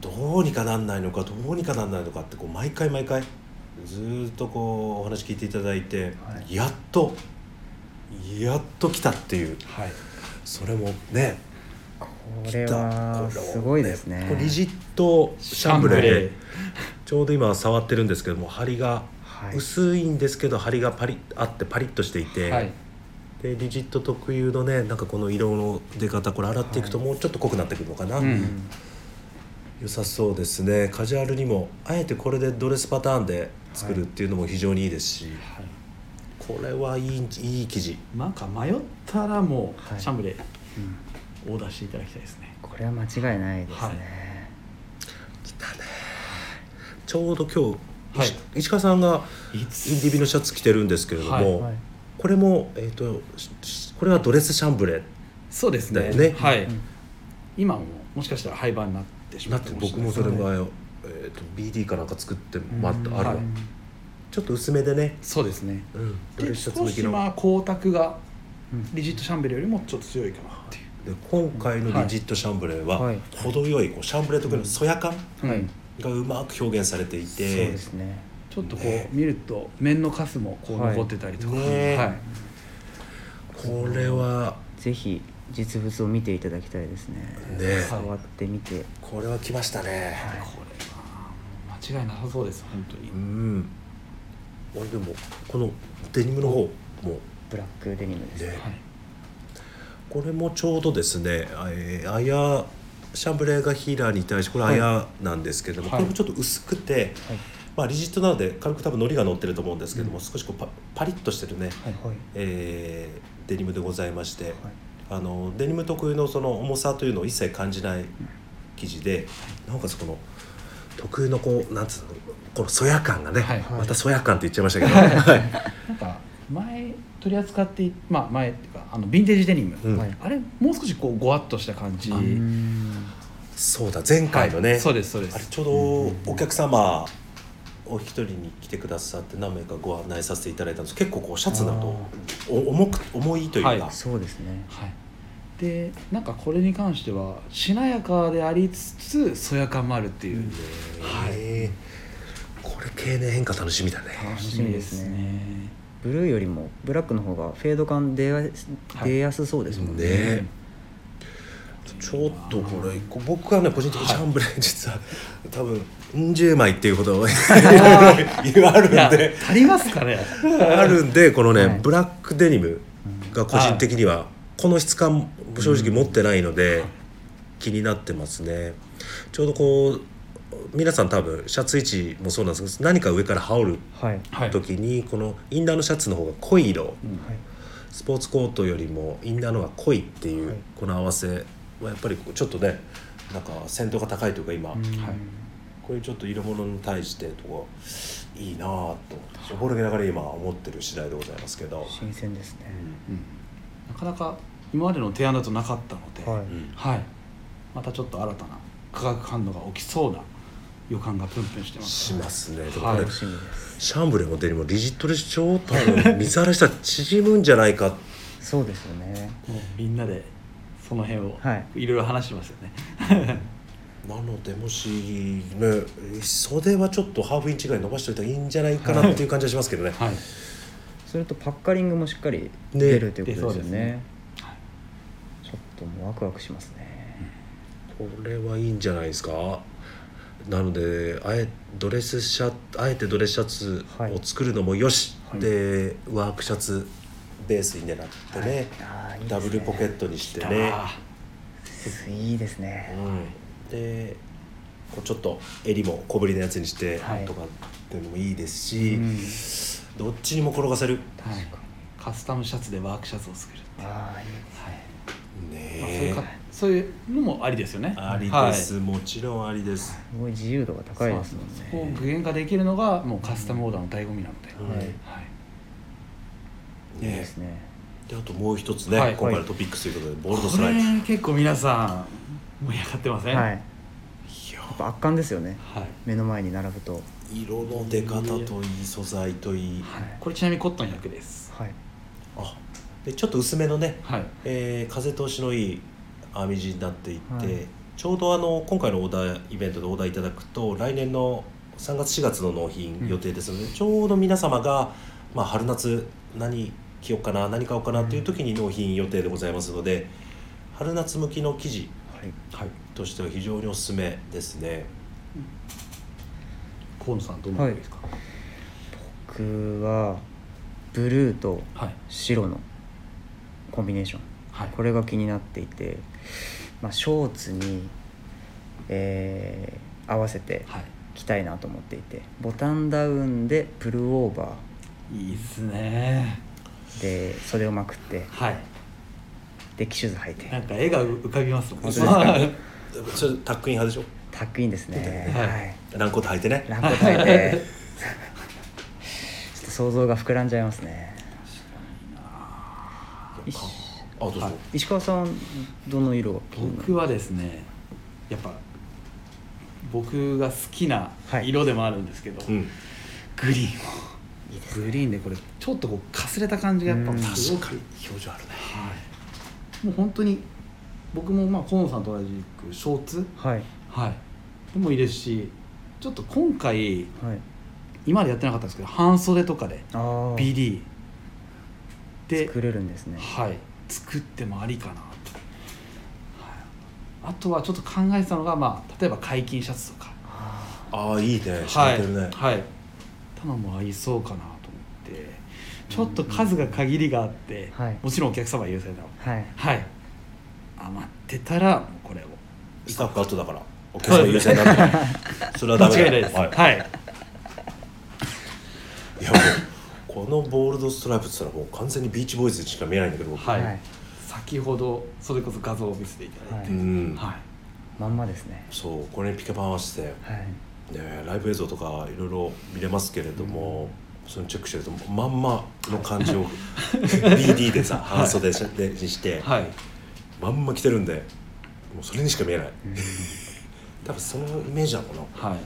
Speaker 1: どうにかなんないのかどうにかなんないのかってこう毎回毎回ずーっとこうお話聞いていただいて、
Speaker 3: は
Speaker 1: やっとやっと来たっていう
Speaker 2: はい
Speaker 1: それもね
Speaker 3: こ
Speaker 1: 来
Speaker 3: れ
Speaker 1: たこ
Speaker 3: は
Speaker 1: れは
Speaker 3: すごいですね
Speaker 1: これリジットシャンブレー
Speaker 2: シャンブレー
Speaker 1: ちょうど今触ってるんですけども針が
Speaker 3: はい
Speaker 1: 薄いんですけど針がパリッあってパリッとしていて、
Speaker 2: はい
Speaker 1: でリジット特有のねなんかこの色の出方これ洗っていくともうちょっと濃くなってくるのかな、
Speaker 2: う
Speaker 3: うんん
Speaker 1: 良さそうですねカジュアルにもあえてこれでドレスパターンで作るっていうのも非常にいいですし、
Speaker 2: はい
Speaker 1: これはいいいい生地
Speaker 2: なんか迷ったらも
Speaker 3: は
Speaker 2: う
Speaker 3: い
Speaker 2: シャンブレー
Speaker 3: うん
Speaker 2: オーダーしていただきたいですね
Speaker 3: これは間違いないですね、
Speaker 2: はい
Speaker 1: 来たねちょうど今日、
Speaker 2: はい
Speaker 1: 石石川さんが
Speaker 2: い
Speaker 1: インディビのシャツ着てるんですけれども、
Speaker 3: はい
Speaker 1: これも、えー、とししこれはドレスシャンブレ
Speaker 2: そうです
Speaker 1: だ
Speaker 2: ね
Speaker 1: よね
Speaker 2: はい、
Speaker 3: うん
Speaker 2: 今ももしかしたら廃盤になってしま
Speaker 1: だ
Speaker 2: っ
Speaker 1: ってて
Speaker 2: るかもし
Speaker 1: 僕
Speaker 2: れない
Speaker 1: も
Speaker 2: で
Speaker 1: それ前、
Speaker 2: すね
Speaker 1: えー、と BD かなんか作ってもらった、
Speaker 3: うん
Speaker 1: あるわ、
Speaker 2: はい
Speaker 1: ちょっと薄めでね、
Speaker 2: そうですね
Speaker 1: うん、ドレ
Speaker 2: で
Speaker 1: スシャツ
Speaker 2: 少
Speaker 1: 向き
Speaker 2: し
Speaker 1: の、
Speaker 2: まあ光沢が
Speaker 3: うん
Speaker 2: リジットシャンベルよりもちょっと強いかなっていう
Speaker 1: で今回のリジットシャンブレは、
Speaker 3: はい
Speaker 1: 程よいこうシャンブレ特有のそや感
Speaker 3: はい
Speaker 2: うん
Speaker 1: がうまく表現されてい
Speaker 3: そう
Speaker 1: て、
Speaker 3: ですね
Speaker 2: ちょっとこ
Speaker 1: ね
Speaker 2: う見ると面のカスもこう
Speaker 3: はい
Speaker 2: 残ってたりとか、
Speaker 1: ね
Speaker 2: はい
Speaker 1: これは
Speaker 3: ぜひ実物を見ていただきたいですね
Speaker 1: ね
Speaker 3: 触ってみて
Speaker 1: これは来ましたね、
Speaker 3: はい
Speaker 2: これは間違いなさそうです本当に、
Speaker 1: うん俺でもこのデニムの方も
Speaker 3: ブラックデニムです
Speaker 1: ね
Speaker 2: はい
Speaker 1: これもちょうどですねえーあやシャンブレーがヒーラーに対してこれあやなんですけれども、
Speaker 2: はい
Speaker 1: これもちょっと薄くて、
Speaker 3: はい
Speaker 1: まあ、リジットなので軽く多分のりが乗ってると思うんですけども、少しこうパパリッとしてるね、
Speaker 3: はいはい
Speaker 1: えーデニムでございまして、あのデニム特有のその重さというのを一切感じない生地でなおかつこの特有のこうなんつうのこのそや感がね、
Speaker 2: はいはい
Speaker 1: またそや感って言っちゃいましたけど、はい
Speaker 2: なんか前取り扱っていまあ前っていうかあのヴィンテージデニム、
Speaker 1: うん
Speaker 3: はい
Speaker 2: あれもう少しこうごわっとした感じ、
Speaker 1: あ
Speaker 3: うーん
Speaker 1: そうだ前回のね、
Speaker 2: はいそうですそうで
Speaker 1: あれ
Speaker 2: す
Speaker 1: ちょうどお客様お一人に来てくださって何名かご案内させていただいたんですけど結構こうシャツだとお重く重いというか、
Speaker 2: はい
Speaker 3: そうですね
Speaker 2: はいでなんかこれに関してはしなやかでありつつそやかもあるっていう、
Speaker 1: はいこれ経年変化楽しみだね
Speaker 3: 楽しみですねブルーよりもブラックの方がフェード感出やす
Speaker 2: はい
Speaker 3: 出やすそうですもんね,、
Speaker 1: ねちょっとこれこ僕はね個人的にシャンブレー実は多分10枚っていうほどあるん
Speaker 2: いや
Speaker 1: で
Speaker 2: 足りますか ね
Speaker 1: あるんでこのね、
Speaker 3: はい
Speaker 1: ブラックデニムが個人的にはこの質感正直持ってないので気になってますねちょうどこう皆さん多分シャツ位置もそうなんですけど何か上から羽織る
Speaker 3: はい、はい
Speaker 2: はい
Speaker 1: 時にこのインナーのシャツの方が濃い色
Speaker 2: うん
Speaker 1: スポーツコートよりもインナーの方が濃いってい
Speaker 3: は
Speaker 1: う
Speaker 3: い
Speaker 1: この合わせはやっぱりこうちょっとねなんか鮮度が高いというか今
Speaker 3: うん
Speaker 2: はい
Speaker 1: こういうちょっと色物に対してとかいいなぁとおぼろげながら今思ってる次第でございますけど。
Speaker 3: 新鮮ですね、
Speaker 2: うんなかなか今までの提案だとなかったので、
Speaker 3: はい
Speaker 1: うん
Speaker 2: はいまたちょっと新たな化学反応が起きそうな予感がプンプンしてます
Speaker 1: しますね。でも
Speaker 2: は
Speaker 1: こ
Speaker 2: い
Speaker 1: れ
Speaker 3: 楽しみです
Speaker 1: シャンブレもデニムもリジットでしょ多分水原したら縮むんじゃないか
Speaker 3: そうですよね
Speaker 2: もうみんなでその辺を
Speaker 3: はい
Speaker 2: いろいろ話してますよね、
Speaker 1: なのでもしね袖はちょっとハーフインチぐらい伸ばしておいたらいいんじゃないかなっていう感じがしますけどね、
Speaker 2: はい
Speaker 3: それとパッカリングもしっかり出るということですよね
Speaker 2: ね
Speaker 3: ちょっともうワクワクしますね、
Speaker 1: これはいいんじゃないですかなのであえドレスシャあえてドレスシャツを作るのもよし、
Speaker 3: はい
Speaker 1: でワークシャツベースに狙ってね、
Speaker 3: あーいいですね
Speaker 1: ダブルポケットにしてね、
Speaker 2: あ
Speaker 3: いいですね
Speaker 1: うん、でこうちょっと襟も小ぶりのやつにして
Speaker 3: はい
Speaker 1: とかっていうのもいいですし、
Speaker 3: うん
Speaker 1: どっちにも転がせる
Speaker 2: ーはいカスタムシャツでワークシャツを作る、
Speaker 3: ああいいです
Speaker 2: はいまあそうい
Speaker 1: ね
Speaker 2: うかそういうのもありですよね
Speaker 1: あり
Speaker 2: はい
Speaker 1: です、もちろんありです、
Speaker 3: すごい自由度が高いですもん
Speaker 2: そ
Speaker 3: ね
Speaker 2: こを具現化できるのがもうカスタムオーダーの醍醐味なので、
Speaker 1: うん
Speaker 3: はい
Speaker 2: はい
Speaker 3: いい
Speaker 1: ね
Speaker 3: ですね
Speaker 1: であともう一つね、
Speaker 2: はい
Speaker 1: 今回のトピックスということでボールドス
Speaker 2: こ
Speaker 1: トライク、
Speaker 2: れ結構皆さん盛り上がってません
Speaker 3: はい
Speaker 2: い
Speaker 3: やっぱ圧巻ですよね
Speaker 2: はい
Speaker 3: 目の前に並ぶと
Speaker 1: 色の出方といい素材といい
Speaker 2: はいこれちなみにコットン100です
Speaker 3: はい
Speaker 1: あでちょっと薄めのね、
Speaker 2: はい
Speaker 1: えー風通しのいい編み地になっていて、
Speaker 3: はい
Speaker 1: ちょうどあの今回のオーダーイベントでオーダーいただくと来年の3月4月の納品予定ですので、ちょうど皆様が、まあ、春夏何着ようかな何買おうかなという時に納品予定でございますので春夏向きの生地
Speaker 3: はい
Speaker 2: はい
Speaker 1: としては非常におすすめですね。
Speaker 2: 河野さんどう思う
Speaker 3: はい
Speaker 2: んですか
Speaker 3: 僕はブルーと
Speaker 2: はい
Speaker 3: 白のコンビネーション
Speaker 2: はい
Speaker 3: これが気になっていて、まあ、ショーツに、えー合わせて
Speaker 2: は
Speaker 3: 着たいなと思っていてボタンダウンでプルオーバ
Speaker 2: いいいっすね
Speaker 3: ーで袖をまくって
Speaker 2: はい
Speaker 3: で機種図履い
Speaker 2: な
Speaker 3: て
Speaker 2: んか絵が浮かびますもん
Speaker 3: 本当ですか
Speaker 2: はい
Speaker 1: それタックイン派でしょ
Speaker 3: タックインですね
Speaker 2: はい
Speaker 3: はい
Speaker 1: ランコート履いてね
Speaker 3: ランコ履いて ちょっと想像が膨らんじゃいますね石
Speaker 1: あどうぞ
Speaker 2: はい
Speaker 3: 石川さんどの色が気になる
Speaker 2: 僕はですねやっぱ僕が好きな
Speaker 3: はい
Speaker 2: 色でもあるんですけど、
Speaker 1: うん
Speaker 2: グリーン
Speaker 3: いいです
Speaker 2: グリーンでこれちょっとこうかすれた感じがやっ
Speaker 3: うん
Speaker 2: ぱすごく、
Speaker 1: に表情あるね
Speaker 2: はい、もう本当に僕もまあ河野さんと同じくショーツ、
Speaker 3: はい
Speaker 2: はい、でもいいですしちょっと今回
Speaker 3: はい
Speaker 2: 今までやってなかったんですけど半袖とかで
Speaker 3: あー
Speaker 2: BD で
Speaker 3: 作れるんですね
Speaker 2: はい、作ってもありかなと、はい、あとはちょっと考えてたのが、まあ、例えば解禁シャツとか
Speaker 3: あ
Speaker 1: ああいいね
Speaker 2: は
Speaker 1: 染
Speaker 2: い
Speaker 1: めてるね、
Speaker 2: はい、たのも合いそうかなと思ってちょっと数が限りがあって、
Speaker 3: うんはい
Speaker 2: もちろんお客様優先だもん
Speaker 3: ーはい
Speaker 2: はい余ってたらもうこれを
Speaker 1: スタッフ後だからお客様優先なんだ それはダメだ
Speaker 2: 間違いないです
Speaker 1: はい
Speaker 2: はい、
Speaker 1: いやもうこのボールドストライプって言ったらもう完全にビーチボーイズしか見えないんだけど、僕
Speaker 2: はい
Speaker 3: はい
Speaker 2: 先ほどそれこそ画像を見せていただいて
Speaker 1: う、ん、
Speaker 2: はい
Speaker 3: まんまですね
Speaker 1: そうこれにピケパン合わせて、
Speaker 3: はい
Speaker 1: ね、ライブ映像とかいろいろ見れますけれども、そのチェックしてるとまんまの感 じを BD でさ半袖しでにして、
Speaker 2: はい
Speaker 1: まんま着てるんでもうそれにしか見えない多分そのイメージなのかな
Speaker 2: はい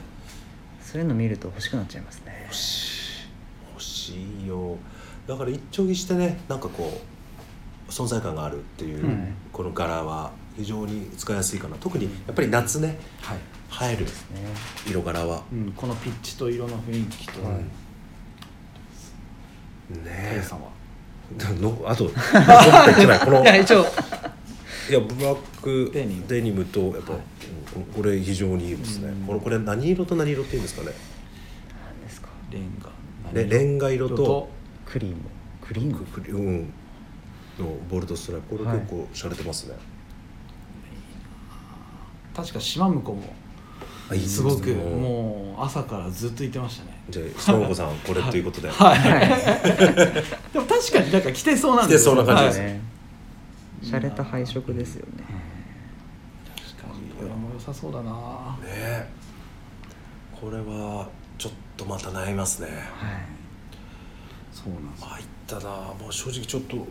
Speaker 3: そういうの見ると欲しくなっちゃいますね
Speaker 1: 欲しい欲しいよだから一丁着してねなんかこう存在感があるっていう、
Speaker 2: うん
Speaker 1: この柄は非常に使いやすいかな特にやっぱり夏ね
Speaker 2: はい
Speaker 1: 映える
Speaker 3: ですね
Speaker 1: 色柄は、
Speaker 2: うん、このピッチと色の雰囲気と、
Speaker 1: うんね
Speaker 2: タイ
Speaker 1: え
Speaker 2: さんは
Speaker 1: のあと残ってないこの
Speaker 2: いや一応
Speaker 1: いやブラック
Speaker 2: デニム
Speaker 1: デニムとやっぱ、うんこれ非常にいいですね、
Speaker 2: うん
Speaker 1: これこれ何色と何色っていうんですかね
Speaker 3: 何ですか
Speaker 2: レンガ
Speaker 1: ねレンガ色
Speaker 2: 色
Speaker 1: と
Speaker 2: と
Speaker 3: クリームクリーム
Speaker 1: くくうんのボルトストライプこれ
Speaker 3: はい
Speaker 1: 結構洒落てますね、
Speaker 2: 確か島向こ
Speaker 1: あ
Speaker 2: うも
Speaker 1: いいです
Speaker 2: ごくもう朝からずっと言ってましたね
Speaker 1: じゃあ園子さんこれということで、
Speaker 2: はいでも確かになんか着てそうなんですよ
Speaker 1: 着てそうな感じです
Speaker 2: はい
Speaker 3: ね洒落た配色ですよね
Speaker 2: 確かにこれも良さそうだな
Speaker 1: ねえこれはちょっとまた悩みますね
Speaker 3: はい
Speaker 2: そうなんですよ
Speaker 1: 参ったなもう正直ちょっと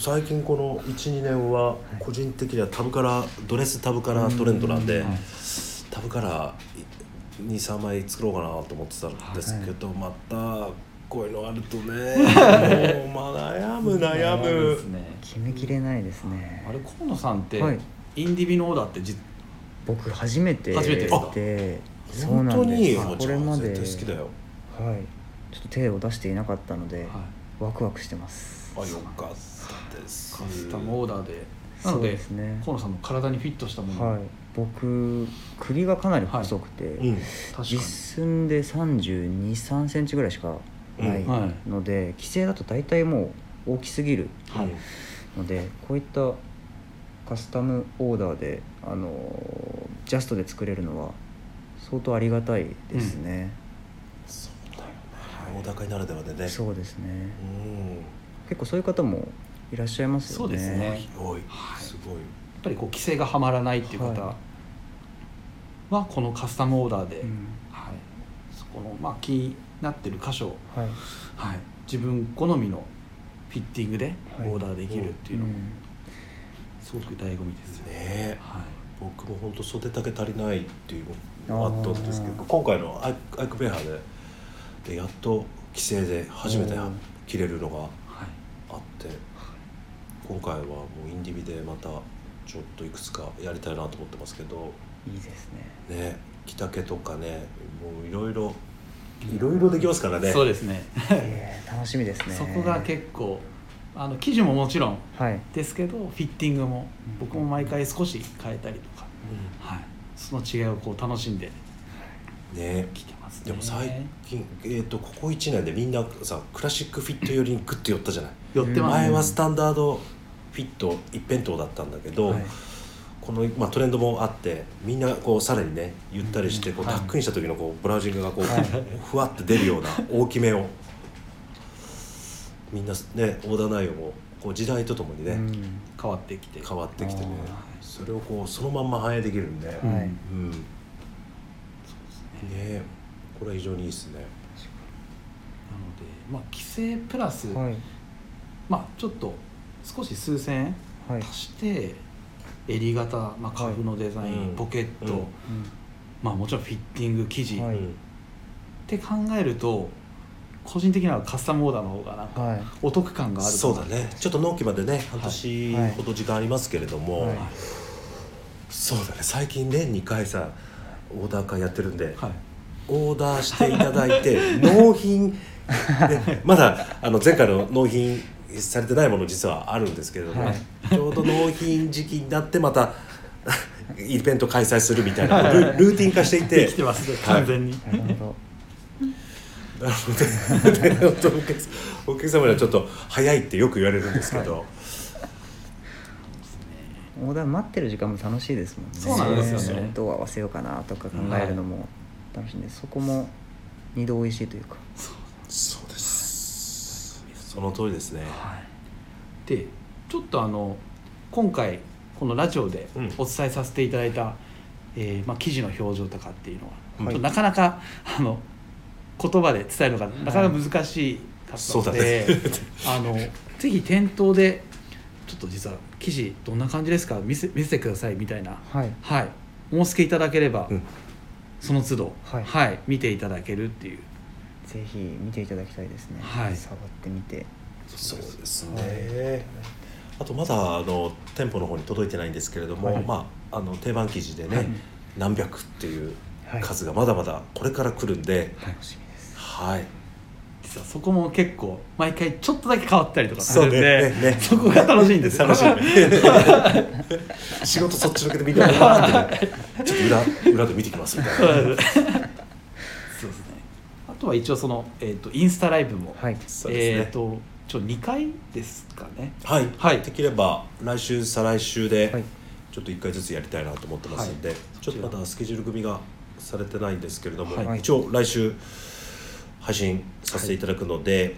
Speaker 1: 最近この12年は個人的にはタブカラードレスタブカラートレンドなんで、
Speaker 2: はい
Speaker 1: タブカラー23枚作ろうかなと思ってたんですけど、またこういうのあるとねもうまあ悩む悩む
Speaker 2: ですね
Speaker 3: 決めきれないですね
Speaker 2: あれ河野さんって、
Speaker 3: はい
Speaker 2: インディビのオーダーってじ
Speaker 3: 僕初めて
Speaker 2: 初めてですか
Speaker 3: でそう
Speaker 1: 本
Speaker 3: な
Speaker 1: 当
Speaker 3: ん
Speaker 1: に
Speaker 3: で
Speaker 1: よ
Speaker 3: すこ
Speaker 1: じゃ
Speaker 3: れ
Speaker 1: あ
Speaker 3: まで
Speaker 1: 絶対好きだよ
Speaker 3: はいちょっと手を出していなかったので、ワクワクしてます
Speaker 1: あよかったです
Speaker 2: カスタムオーダーでな
Speaker 3: そ
Speaker 2: の
Speaker 3: う
Speaker 2: で
Speaker 3: ですね
Speaker 2: 河野さんの体にフィットしたもの、
Speaker 3: はい僕首がかなり細くて、
Speaker 1: うん
Speaker 2: 確
Speaker 3: 実寸で3 2 3センチぐらいしかない
Speaker 1: うん
Speaker 2: は
Speaker 3: ので、規制だと大体もう大きすぎる
Speaker 2: かに、はい
Speaker 3: のでこういったカスタムオーダーであのジャストで作れるのは相当ありがたいですね、
Speaker 1: そうだよね大高にならではでね
Speaker 3: そうですね
Speaker 1: うん
Speaker 3: 結構そういう方もいらっしゃいます
Speaker 2: そう
Speaker 3: よね
Speaker 2: ですね
Speaker 1: 広い
Speaker 2: はい
Speaker 1: すごい
Speaker 2: やっぱりこう規制がはまらないっていう方は
Speaker 3: は、
Speaker 2: このカスタムオーダーで、
Speaker 3: うん
Speaker 2: はい、そこの、まあ、気になってる箇所を、
Speaker 3: はい、
Speaker 2: はい、自分好みのフィッティングで
Speaker 3: はい
Speaker 2: オーダーできるっていう
Speaker 3: う
Speaker 2: のも、
Speaker 3: ん
Speaker 2: すごく醍醐味ですよ
Speaker 1: ね
Speaker 2: ね。
Speaker 1: え
Speaker 2: はい
Speaker 1: 僕も本当袖丈足りないっていうのもあったんですけど
Speaker 3: あー
Speaker 1: 今回のアイクアイクベーハーででやっと規制で初めて
Speaker 3: うん
Speaker 1: 着れるのが
Speaker 2: はい
Speaker 1: あって今回はもうインディビでまたちょっといくつかやりたいなと思ってますけど
Speaker 3: いいです ね
Speaker 1: ね着丈とかねもういろいろいろいろできますからね
Speaker 2: そうですね
Speaker 3: えー楽しみですね
Speaker 2: そこが結構あの生地ももちろん
Speaker 3: はい
Speaker 2: ですけどフィッティングも
Speaker 3: うん
Speaker 2: 僕も毎回少し変えたりとか、
Speaker 1: う
Speaker 2: はい、その違いをこう楽しんで
Speaker 1: んね
Speaker 2: きてますね
Speaker 1: でも最近、えー、とここ1年でみんなさクラシックフィットよりにグッと寄ったじゃない
Speaker 2: 寄ってます
Speaker 1: 前
Speaker 2: ね
Speaker 1: はスタンダードフィット一辺倒だったんだけど、
Speaker 3: はい
Speaker 1: この、まあ、トレンドもあってみんなこうさらにねゆったりしてこう、
Speaker 2: はい
Speaker 1: タックインした時のこうブラウジングがこう、
Speaker 3: はい
Speaker 1: ふわって出るような大きめをみんなねオーダー内容もこう時代とともにね、
Speaker 3: うん
Speaker 2: 変わってきて
Speaker 1: 変わってきてね
Speaker 3: あ
Speaker 1: それをこうそのまんま反映できるんで、
Speaker 2: うん
Speaker 3: はい
Speaker 1: うんね
Speaker 2: そうですね
Speaker 1: えこれは非常にいいですね
Speaker 2: なのでまあ規制プラス、
Speaker 3: はい
Speaker 2: まあちょっと少し数千円
Speaker 3: はい
Speaker 2: 足して襟型、まあ、カフのデザイン、
Speaker 1: うん
Speaker 2: ポケット、
Speaker 1: うん
Speaker 2: まあもちろんフィッティング生地、
Speaker 3: は
Speaker 2: っ
Speaker 3: い
Speaker 1: うん
Speaker 2: て考えると個人的にはカスタムオーダーの方がなんか
Speaker 3: はい
Speaker 2: お得感があるか
Speaker 1: そ
Speaker 2: な
Speaker 1: うだねちょっと納期までね半年
Speaker 3: はい
Speaker 1: ほど時間ありますけれども、
Speaker 3: はい
Speaker 1: そうだね最近年2回さオーダー会やってるんで、
Speaker 2: はい
Speaker 1: オーダーしていただいて 納品でまだあの前回の納品されてないもの実はあるんですけれども、
Speaker 3: はい
Speaker 1: ちょうど納品時期になってまた イベント開催するみたいなルルーティン化してい
Speaker 2: で
Speaker 1: て
Speaker 2: きてますね
Speaker 1: はい
Speaker 2: 完全に、
Speaker 3: なるほ
Speaker 1: なので で本当お客さんお客様にはちょっと早いってよく言われるんですけど、
Speaker 3: どオーダー待ってる時間も楽しいですもんね
Speaker 2: そうなんですよね
Speaker 3: どう合わせようかなとか考えるのも楽しいんで、そこも二度おいしいというか
Speaker 1: そうですその通りですね
Speaker 2: でちょっとあの今回このラジオで
Speaker 1: うん
Speaker 2: お伝えさせていただいた、えーまあ、記事の表情とかっていうのは、
Speaker 1: はい
Speaker 2: ちょっとなかなかあの言葉で伝えるのがなかなか難しかった
Speaker 1: そうだ
Speaker 2: ので、
Speaker 1: ね
Speaker 2: あのぜひ店頭でちょっと実は記事どんな感じですか見せ見せてくださいみたいな、
Speaker 3: はい
Speaker 2: はい、お申し付けいただければ、
Speaker 1: うん
Speaker 2: その都度、
Speaker 3: はい
Speaker 2: 見ていただけるっていう
Speaker 3: ぜひ見ていただきたいですね、
Speaker 2: はい
Speaker 3: 触ってみて
Speaker 1: そうですね。あとまだあの店舗の方に届いてないんですけれども、
Speaker 3: はい
Speaker 1: まああの定番記事でね、
Speaker 3: はい
Speaker 1: 何百っていう
Speaker 3: はい
Speaker 1: 数がまだまだこれから来るんで、
Speaker 3: 楽しみです
Speaker 1: はい。
Speaker 2: 実はそこも結構毎回ちょっとだけ変わったりとかす
Speaker 1: そ
Speaker 2: る
Speaker 1: うんね
Speaker 2: でそ,、
Speaker 1: ねね
Speaker 2: こが楽しいんですよ
Speaker 1: 楽 しみ。仕事そっちのけで見てもらって、ちょっと裏裏で見てきますみたいな。
Speaker 2: そうですそうですねあとは一応その、えー、とインスタライブも、
Speaker 3: はい
Speaker 1: そうですね
Speaker 2: えっ、とちょ2回ですかね
Speaker 1: はい、
Speaker 2: はい
Speaker 1: できれば来週再来週で、
Speaker 3: はい
Speaker 1: ちょっと1回ずつやりたいなと思ってますんで、
Speaker 2: はい
Speaker 1: ちょっとまだスケジュール組みがされてないんですけれども、
Speaker 2: はい
Speaker 1: 一応来週配信させていただくので、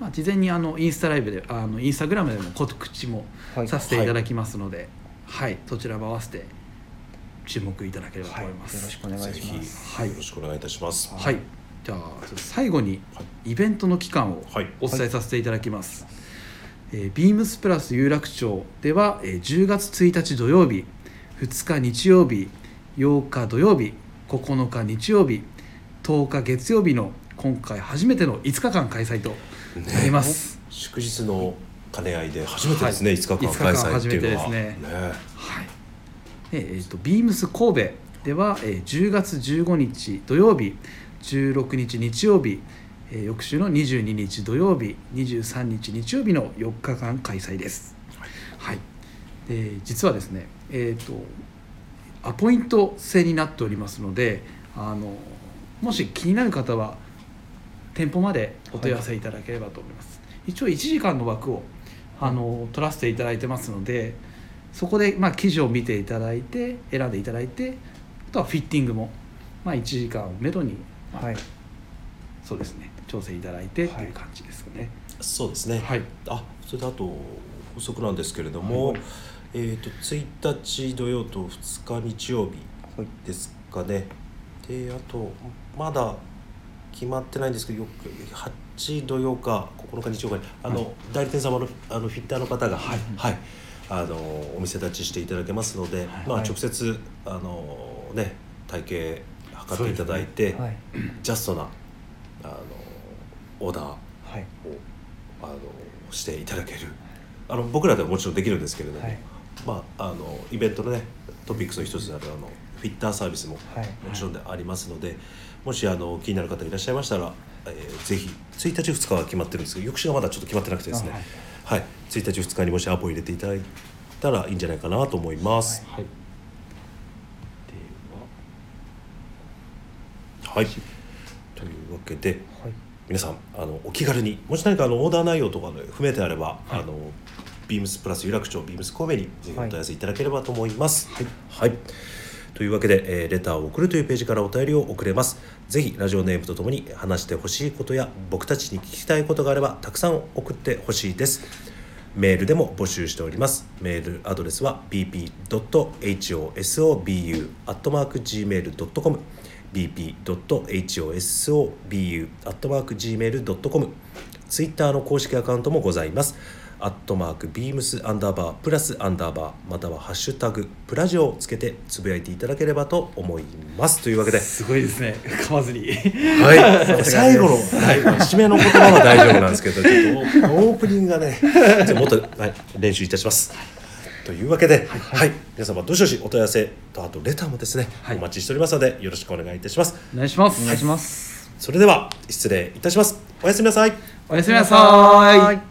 Speaker 2: まあ、事前にあのインスタライブであのインスタグラムでも告知も
Speaker 3: はい
Speaker 2: させていただきますので、はいそちらも合わせて注目いただければと思います、
Speaker 3: よろしくお願い
Speaker 1: ぜ
Speaker 3: し
Speaker 1: ひ
Speaker 3: ます
Speaker 2: はい
Speaker 1: よろしくお願いいたします。
Speaker 2: はい、じゃあ最後に
Speaker 1: は
Speaker 2: イベントの期間を
Speaker 1: はい
Speaker 2: お伝えさせていただきます、えービームスプラス有楽町では、えー10月1日土曜日2日日曜日8日土曜日9日日曜日10日月曜日の今回初めての5日間開催となります、
Speaker 1: 祝日の兼ね合いで初めてですね、5日間
Speaker 2: 5
Speaker 1: 開
Speaker 2: 日間
Speaker 1: 催っていうのは
Speaker 2: 初めてです
Speaker 1: ね
Speaker 2: はいでえー、とビームス神戸では、えー10月15日土曜日16日日曜日、えー翌週の22日土曜日23日日曜日の4日間開催です、はいで実はですね、えー、とアポイント制になっておりますのであのもし気になる方は店舗までお問い合わせいただければと思います、一応1時間の枠をあの取らせていただいてますのでそこで、まあ、記事を見ていただいて選んでいただいてあとはフィッティングも、まあ、1時間をめどに、まあ
Speaker 3: はい
Speaker 2: そうですね調整いただいてっていう感じですかね
Speaker 1: そうですね、
Speaker 2: はい
Speaker 1: あそれであと補足なんですけれども、えー、と1日土曜と2日日曜日
Speaker 3: はい
Speaker 1: ですかねであとまだ決まってないんですけどよく8土曜か9日日曜かにあの、代理店様のあのフィッターの方が、はいあのお店立ちしていただけますので、まあ、
Speaker 3: はい
Speaker 1: 直接あの、ね、体型測っていただいて、
Speaker 3: はい
Speaker 1: ジャストなあのオーダーを
Speaker 3: はい
Speaker 1: あのしていただけるあの僕らでももちろんできるんですけれども、
Speaker 3: はい
Speaker 1: まあ、あのイベントの、ね、トピックスの一つであるあのフィッターサービスも
Speaker 3: はい
Speaker 1: もちろんでありますので、もしあの気になる方いらっしゃいましたら、えーぜひ1日2日は決まってるんですけど翌週はまだちょっと決まってなくてですね、
Speaker 3: あ
Speaker 1: は
Speaker 3: はいい
Speaker 1: 1日2日にもしアポ入れていただいたらいいんじゃないかなと思います。
Speaker 2: はい
Speaker 1: はい、というわけで
Speaker 3: はい
Speaker 1: 皆さんあのお気軽にもし何かあのオーダー内容とかで不明であれば、あのビームスプラス有楽町ビームス神戸にぜひお問い合わせいただければと思います。はい、というわけで、えーレターを送るというページからお便りを送れます。ぜひラジオネームとともに話してほしいことや僕たちに聞きたいことがあればたくさん送ってほしいです。メールでも募集しておりますメールアドレスは bp.hosobu.gmail.com bp.hosobu.gmail.com ツイッターの公式アカウントもございますアットマークビームスアンダーバープラスアンダーバーまたはハッシュタグプラジオをつけてつぶやいていただければと思いますというわけで、
Speaker 2: すごいですね噛まず に
Speaker 1: はい、最後の、はい、締めの言葉は大丈夫なんですけどちょっとオープニングが ねちょっともっと、はい、練習いたします。というわけで、はい皆様どしどしお問い合わせとあとレターもですね、
Speaker 2: はい
Speaker 1: お待ちしておりますのでよろしくお願いいたします。
Speaker 2: お願いします
Speaker 3: お願いします
Speaker 1: それでは失礼いたします。おやすみなさい。
Speaker 2: おやすみなさーい
Speaker 3: い